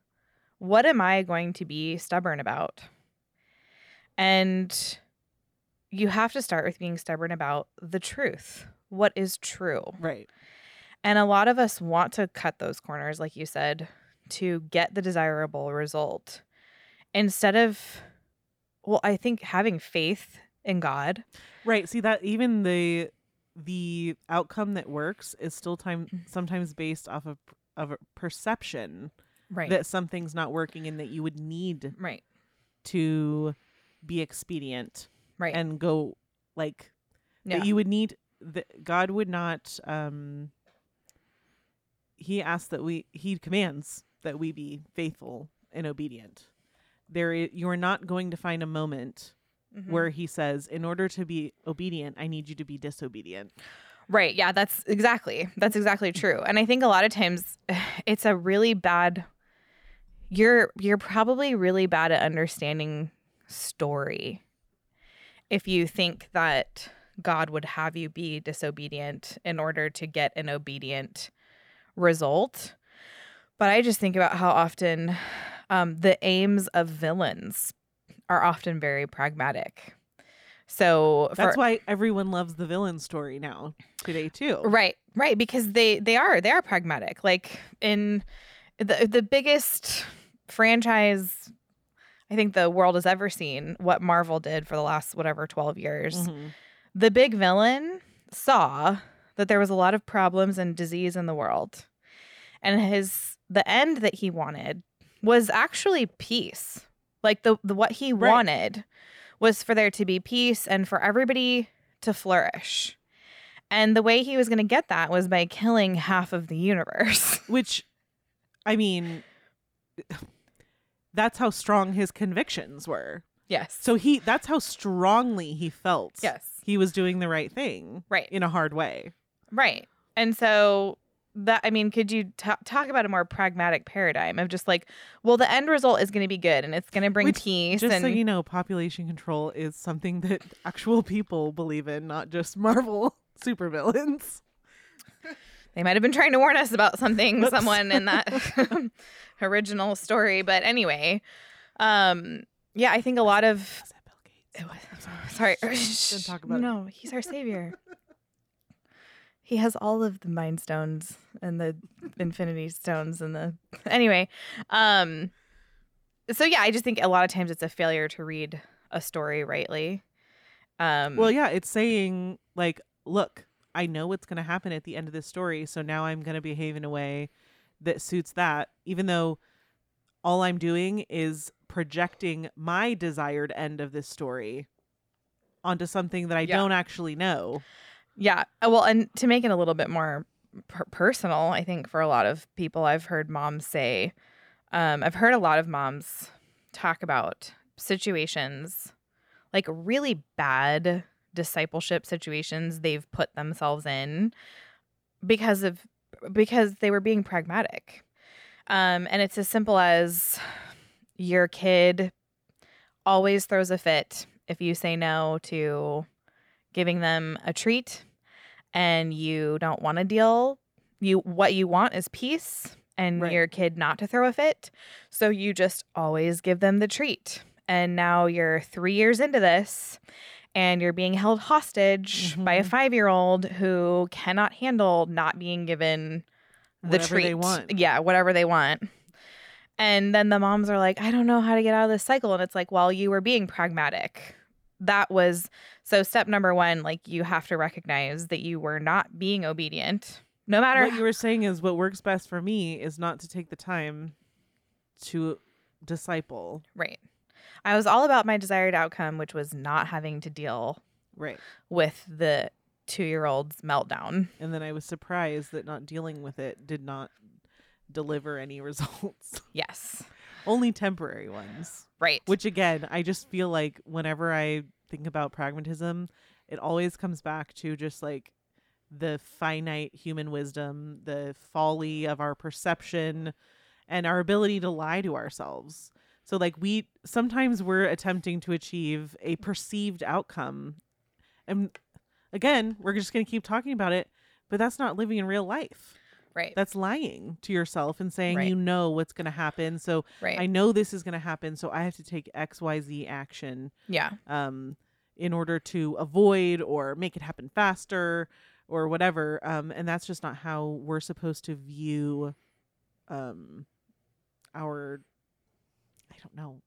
[SPEAKER 1] what am I going to be stubborn about? And you have to start with being stubborn about the truth. What is true?
[SPEAKER 2] right.
[SPEAKER 1] And a lot of us want to cut those corners, like you said, to get the desirable result instead of, well, I think having faith in God.
[SPEAKER 2] Right. See that even the the outcome that works is still time
[SPEAKER 1] Mm-hmm.
[SPEAKER 2] sometimes based off of of a perception
[SPEAKER 1] Right.
[SPEAKER 2] that something's not working and that you would need
[SPEAKER 1] right.
[SPEAKER 2] to be expedient
[SPEAKER 1] Right.
[SPEAKER 2] and go like
[SPEAKER 1] yeah.
[SPEAKER 2] that you would need that God would not um he asks that we he commands that we be faithful and obedient. There i- you are not going to find a moment
[SPEAKER 1] Mhm.
[SPEAKER 2] where he says, "In order to be obedient, I need you to be disobedient."
[SPEAKER 1] Right. Yeah, that's exactly. That's exactly true. And I think a lot of times it's a really bad you're you're probably really bad at understanding story if you think that God would have you be disobedient in order to get an obedient result. But I just think about how often um, the aims of villains are often very pragmatic. So for-
[SPEAKER 2] That's why everyone loves the villain story now today too.
[SPEAKER 1] Right, right, because they they are they are pragmatic. Like in the the biggest franchise I think the world has ever seen, what Marvel did for the last whatever 12 years.
[SPEAKER 2] Mhm.
[SPEAKER 1] The big villain saw that there was a lot of problems and disease in the world. And his the end that he wanted was actually peace. Like the, the what he
[SPEAKER 2] Right.
[SPEAKER 1] wanted was for there to be peace and for everybody to flourish. And the way he was going to get that was by killing half of the universe.
[SPEAKER 2] Which, I mean, that's how strong his convictions were.
[SPEAKER 1] yes.
[SPEAKER 2] So he, that's how strongly he felt.
[SPEAKER 1] yes.
[SPEAKER 2] He was doing the right thing
[SPEAKER 1] Right.
[SPEAKER 2] in a hard way.
[SPEAKER 1] Right. And so that I mean, could you ta talk about a more pragmatic paradigm of just like, well, the end result is going to be good and it's going to bring
[SPEAKER 2] Which,
[SPEAKER 1] peace
[SPEAKER 2] Just
[SPEAKER 1] and
[SPEAKER 2] so you know, population control is something that actual people believe in, not just Marvel supervillains.
[SPEAKER 1] they might have been trying to warn us about something
[SPEAKER 2] Whoops.
[SPEAKER 1] someone in that original story, but anyway, um yeah, I think a lot of oh,
[SPEAKER 2] Was that Bill Gates?
[SPEAKER 1] it was, sorry.
[SPEAKER 2] Shh, talk about it.
[SPEAKER 1] no, he's our savior. he has all of the mind stones and the infinity stones and the anyway. Um so yeah, I just think a lot of times it's a failure to read a story rightly. Um
[SPEAKER 2] Well, yeah, it's saying like, look, I know what's going to happen at the end of this story, so now I'm going to behave in a way that suits that, even though all I'm doing is projecting my desired end of this story onto something that I
[SPEAKER 1] Yeah.
[SPEAKER 2] don't actually know.
[SPEAKER 1] Yeah. Uh, Well, and to make it a little bit more per- personal, I think for a lot of people, I've heard moms say, um, I've heard a lot of moms talk about situations, like really bad discipleship situations they've put themselves in because of because they were being pragmatic. Um, and it's as simple as your kid always throws a fit if you say no to giving them a treat and you don't want to deal you what you want is peace and
[SPEAKER 2] Right.
[SPEAKER 1] your kid not to throw a fit so you just always give them the treat and now you're 3 years into this and you're being held hostage by a
[SPEAKER 2] Mhm.
[SPEAKER 1] 5-year-old who cannot handle not being given the
[SPEAKER 2] Whatever
[SPEAKER 1] treat
[SPEAKER 2] they want.
[SPEAKER 1] yeah whatever they want and then the moms are like i don't know how to get out of this cycle and it's like well you were being pragmatic that was so step number one like you have to recognize that you were not being obedient no matter
[SPEAKER 2] What you were saying is what works best for me is not to take the time to disciple.
[SPEAKER 1] right i was all about my desired outcome which was not having to deal
[SPEAKER 2] Right.
[SPEAKER 1] with the two-year-old's meltdown
[SPEAKER 2] And then I was surprised that not dealing with it did not deliver any results.
[SPEAKER 1] yes
[SPEAKER 2] Only temporary ones.
[SPEAKER 1] right
[SPEAKER 2] Which again, I just feel like whenever I think about pragmatism, it always comes back to just like the finite human wisdom, the folly of our perception, and our ability to lie to ourselves. So like we sometimes we're attempting to achieve a perceived outcome. And again, we're just going to keep talking about it, but that's not living in real life.
[SPEAKER 1] right
[SPEAKER 2] That's lying to yourself and saying
[SPEAKER 1] Right.
[SPEAKER 2] you know what's going to happen. So
[SPEAKER 1] right
[SPEAKER 2] I know this is going to happen, so I have to take XYZ action
[SPEAKER 1] yeah
[SPEAKER 2] um, in order to avoid or make it happen faster or whatever. Um, and that's just not how we're supposed to view um, our, I don't know,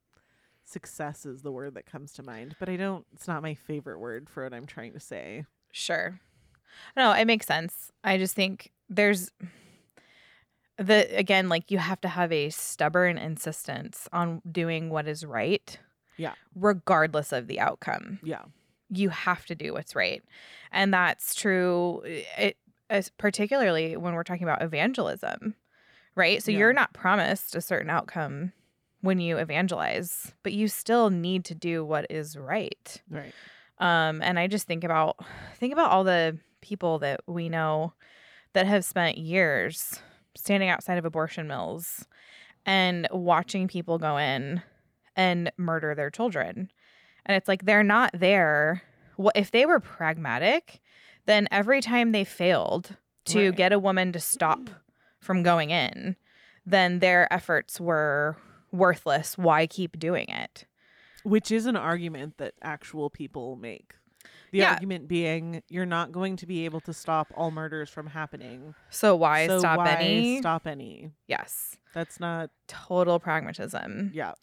[SPEAKER 2] success is the word that comes to mind, but I don't, it's not my favorite word for what I'm trying to say.
[SPEAKER 1] Sure. No, it makes sense. I just think there's the again, like you have to have a stubborn insistence on doing what is right.
[SPEAKER 2] Yeah.
[SPEAKER 1] Regardless of the outcome,
[SPEAKER 2] Yeah.
[SPEAKER 1] you have to do what's right. And that's true it as particularly when we're talking about evangelism, right? So
[SPEAKER 2] Yeah.
[SPEAKER 1] you're not promised a certain outcome when you evangelize, but you still need to do what is right.
[SPEAKER 2] Right.
[SPEAKER 1] Um, and I just think about think about all the people that we know that have spent years standing outside of abortion mills and watching people go in and murder their children. And it's like they're not there what if they were pragmatic, then every time they failed to
[SPEAKER 2] Right.
[SPEAKER 1] get a woman to stop from going in, then their efforts were worthless. Why keep doing it?
[SPEAKER 2] Which is an argument that actual people make. The
[SPEAKER 1] Yeah.
[SPEAKER 2] argument being you're not going to be able to stop all murders from happening.
[SPEAKER 1] So why
[SPEAKER 2] so
[SPEAKER 1] stop
[SPEAKER 2] why
[SPEAKER 1] any?
[SPEAKER 2] Stop any.
[SPEAKER 1] Yes.
[SPEAKER 2] That's not
[SPEAKER 1] Total pragmatism.
[SPEAKER 2] yeah.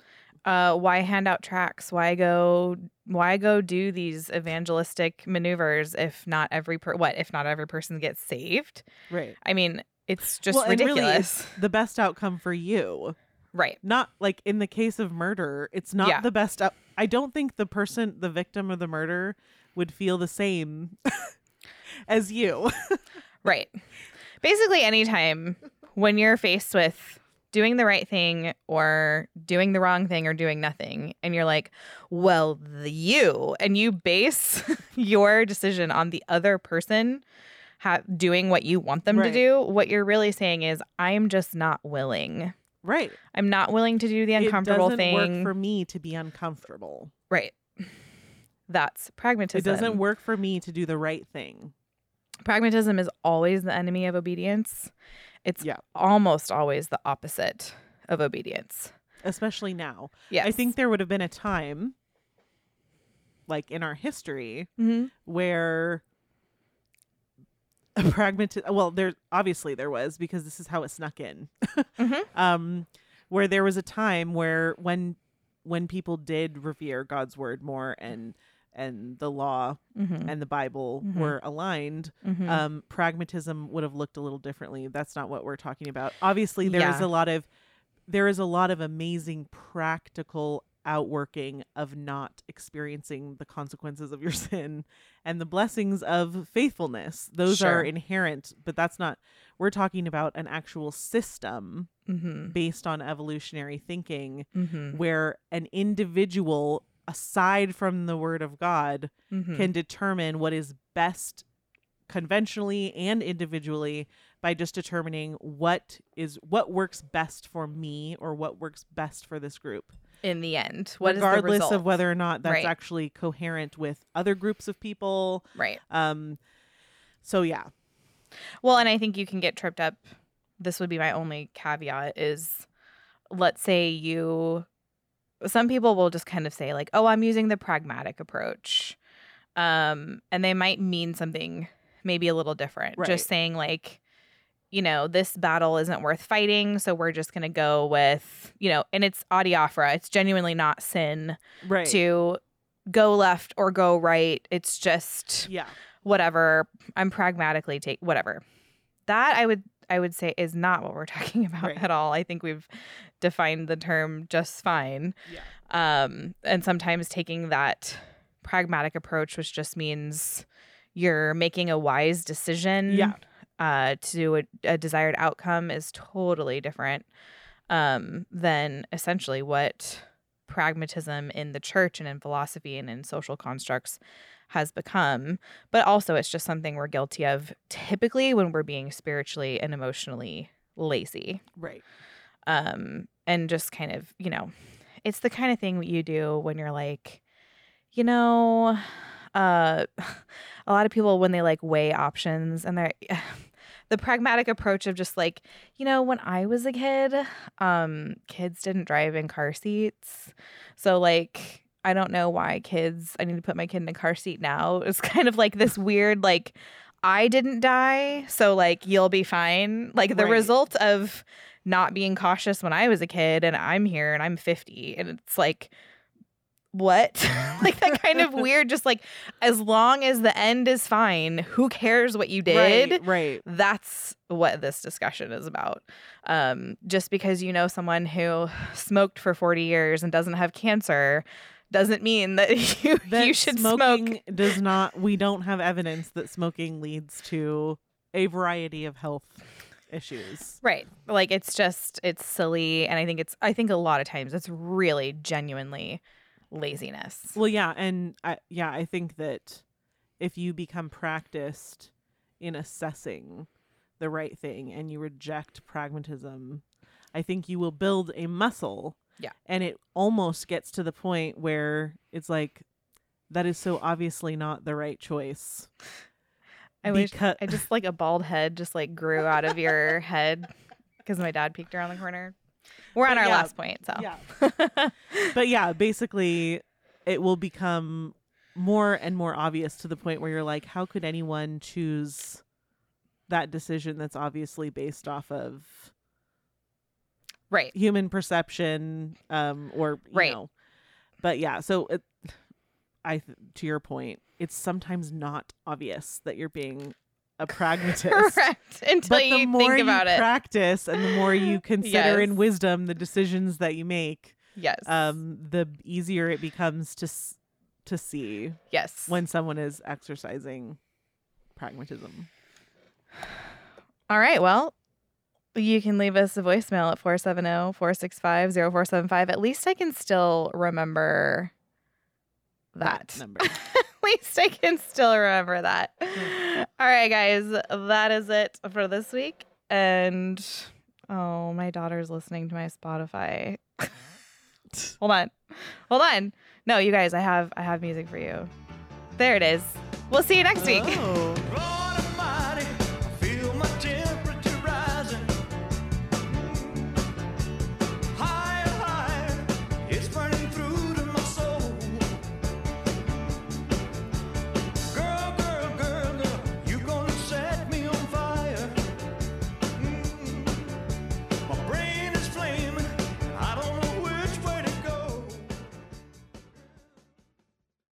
[SPEAKER 1] uh, why hand out tracks? Why go? Why go do these evangelistic maneuvers if not every per- what if not every person gets saved?
[SPEAKER 2] Right.
[SPEAKER 1] I mean, it's just
[SPEAKER 2] Well, and really,
[SPEAKER 1] ridiculous,
[SPEAKER 2] The best outcome for you.
[SPEAKER 1] right?
[SPEAKER 2] Not like in the case of murder, it's not
[SPEAKER 1] Yeah.
[SPEAKER 2] the best out- I don't think the person the victim of the murder would feel the same as you.
[SPEAKER 1] Right. Basically, anytime when you're faced with doing the right thing or doing the wrong thing or doing nothing, and you're like, well, the you, and you base your decision on the other person ha- doing what you want them
[SPEAKER 2] Right.
[SPEAKER 1] to do, what you're really saying is, I'm just not willing.
[SPEAKER 2] right.
[SPEAKER 1] I'm not willing to do the uncomfortable
[SPEAKER 2] it doesn't
[SPEAKER 1] thing.
[SPEAKER 2] work for me to be uncomfortable.
[SPEAKER 1] right. That's pragmatism.
[SPEAKER 2] It doesn't work for me to do the right thing.
[SPEAKER 1] pragmatism is always the enemy of obedience. It's
[SPEAKER 2] Yeah.
[SPEAKER 1] almost always the opposite of obedience.
[SPEAKER 2] especially now.
[SPEAKER 1] Yes.
[SPEAKER 2] I think there would have been a time, like in our history,
[SPEAKER 1] Mhm.
[SPEAKER 2] where a pragmatism. Well, there obviously there was because this is how it snuck in.
[SPEAKER 1] Mhm.
[SPEAKER 2] Um, where there was a time where when when people did revere God's word more and and the law
[SPEAKER 1] Mhm.
[SPEAKER 2] and the Bible
[SPEAKER 1] Mhm.
[SPEAKER 2] were aligned,
[SPEAKER 1] Mhm.
[SPEAKER 2] um, pragmatism would have looked a little differently. That's not what we're talking about. Obviously, there is
[SPEAKER 1] Yeah.
[SPEAKER 2] a lot of there is a lot of amazing practical outworking of not experiencing the consequences of your sin and the blessings of faithfulness. Those
[SPEAKER 1] Sure.
[SPEAKER 2] are inherent, but that's not. We're talking about an actual system
[SPEAKER 1] Mhm.
[SPEAKER 2] based on evolutionary thinking,
[SPEAKER 1] Mhm.
[SPEAKER 2] where an individual, aside from the Word of God,
[SPEAKER 1] Mhm.
[SPEAKER 2] can determine what is best conventionally and individually by just determining what is what works best for me or what works best for this group
[SPEAKER 1] in the end, what is the
[SPEAKER 2] regardless
[SPEAKER 1] result?
[SPEAKER 2] of whether or not that's
[SPEAKER 1] Right.
[SPEAKER 2] actually coherent with other groups of people
[SPEAKER 1] right.
[SPEAKER 2] um so yeah
[SPEAKER 1] Well, and I think you can get tripped up. This would be my only caveat is let's say you some people will just kind of say like, "Oh, I'm using the pragmatic approach." Um and they might mean something maybe a little different.
[SPEAKER 2] Right.
[SPEAKER 1] Just saying like, you know, this battle isn't worth fighting, so we're just going to go with, you know, and it's adiaphora. It's genuinely not sin
[SPEAKER 2] right
[SPEAKER 1] to go left or go right. It's just
[SPEAKER 2] yeah
[SPEAKER 1] whatever i'm pragmatically take whatever that i would i would say is not what we're talking about
[SPEAKER 2] Right.
[SPEAKER 1] at all i think we've defined the term just fine
[SPEAKER 2] yeah
[SPEAKER 1] um and sometimes taking that pragmatic approach which just means you're making a wise decision
[SPEAKER 2] Yeah.
[SPEAKER 1] uh to a, a desired outcome is totally different um than essentially what pragmatism in the church and in philosophy and in social constructs has become but also it's just something we're guilty of typically when we're being spiritually and emotionally lazy
[SPEAKER 2] right
[SPEAKER 1] um and just kind of you know it's the kind of thing that you do when you're like you know uh a lot of people when they like weigh options and they're the pragmatic approach of just like you know when i was a kid um kids didn't drive in car seats so like i don't know why kids i need to put my kid in a car seat now it's kind of like this weird like i didn't die so like you'll be fine like the
[SPEAKER 2] Right.
[SPEAKER 1] result of not being cautious when I was a kid and I'm here and I'm 50 and it's like what? like that kind of weird just like as long as the end is fine, who cares what you did?
[SPEAKER 2] right, right
[SPEAKER 1] That's what this discussion is about. Um just because you know someone who smoked for 40 years and doesn't have cancer doesn't mean that you
[SPEAKER 2] That
[SPEAKER 1] you should
[SPEAKER 2] smoking
[SPEAKER 1] smoke.
[SPEAKER 2] does not we don't have evidence that smoking leads to a variety of health issues
[SPEAKER 1] Right. Like it's just it's silly and I think it's I think a lot of times it's really genuinely laziness.
[SPEAKER 2] Well, yeah, and I, yeah, I think that if you become practiced in assessing the right thing and you reject pragmatism, I think you will build a muscle.
[SPEAKER 1] Yeah.
[SPEAKER 2] And it almost gets to the point where it's like That is so obviously not the right choice.
[SPEAKER 1] I wish
[SPEAKER 2] Because-
[SPEAKER 1] I just like a bald head just like grew out of your head because my dad peeked around the corner. We're on
[SPEAKER 2] But
[SPEAKER 1] our
[SPEAKER 2] yeah,
[SPEAKER 1] last point, so
[SPEAKER 2] yeah. But yeah, basically, it will become more and more obvious to the point where you're like, how could anyone choose that decision that's obviously based off of
[SPEAKER 1] right.
[SPEAKER 2] human perception um, or, you
[SPEAKER 1] Right.
[SPEAKER 2] know. But yeah, so it, I, th- to your point, it's sometimes not obvious that you're being a pragmatist.
[SPEAKER 1] Correct. Until
[SPEAKER 2] But the
[SPEAKER 1] you
[SPEAKER 2] more
[SPEAKER 1] think about
[SPEAKER 2] you
[SPEAKER 1] it.
[SPEAKER 2] practice and the more you consider in
[SPEAKER 1] Yes.
[SPEAKER 2] wisdom the decisions that you make,
[SPEAKER 1] yes.
[SPEAKER 2] um, the easier it becomes to s- to see
[SPEAKER 1] yes.
[SPEAKER 2] when someone is exercising pragmatism.
[SPEAKER 1] All right. Well, you can leave us a voicemail at oh, 470 465 0475. At least I can still remember that.
[SPEAKER 2] number.
[SPEAKER 1] At least I can still remember that. All right, guys. That is it for this week. And oh, my daughter's listening to my Spotify. Hold on. Hold on. No, you guys, I have I have music for you. There it is. We'll see you next week.
[SPEAKER 2] Oh.
[SPEAKER 5] Roll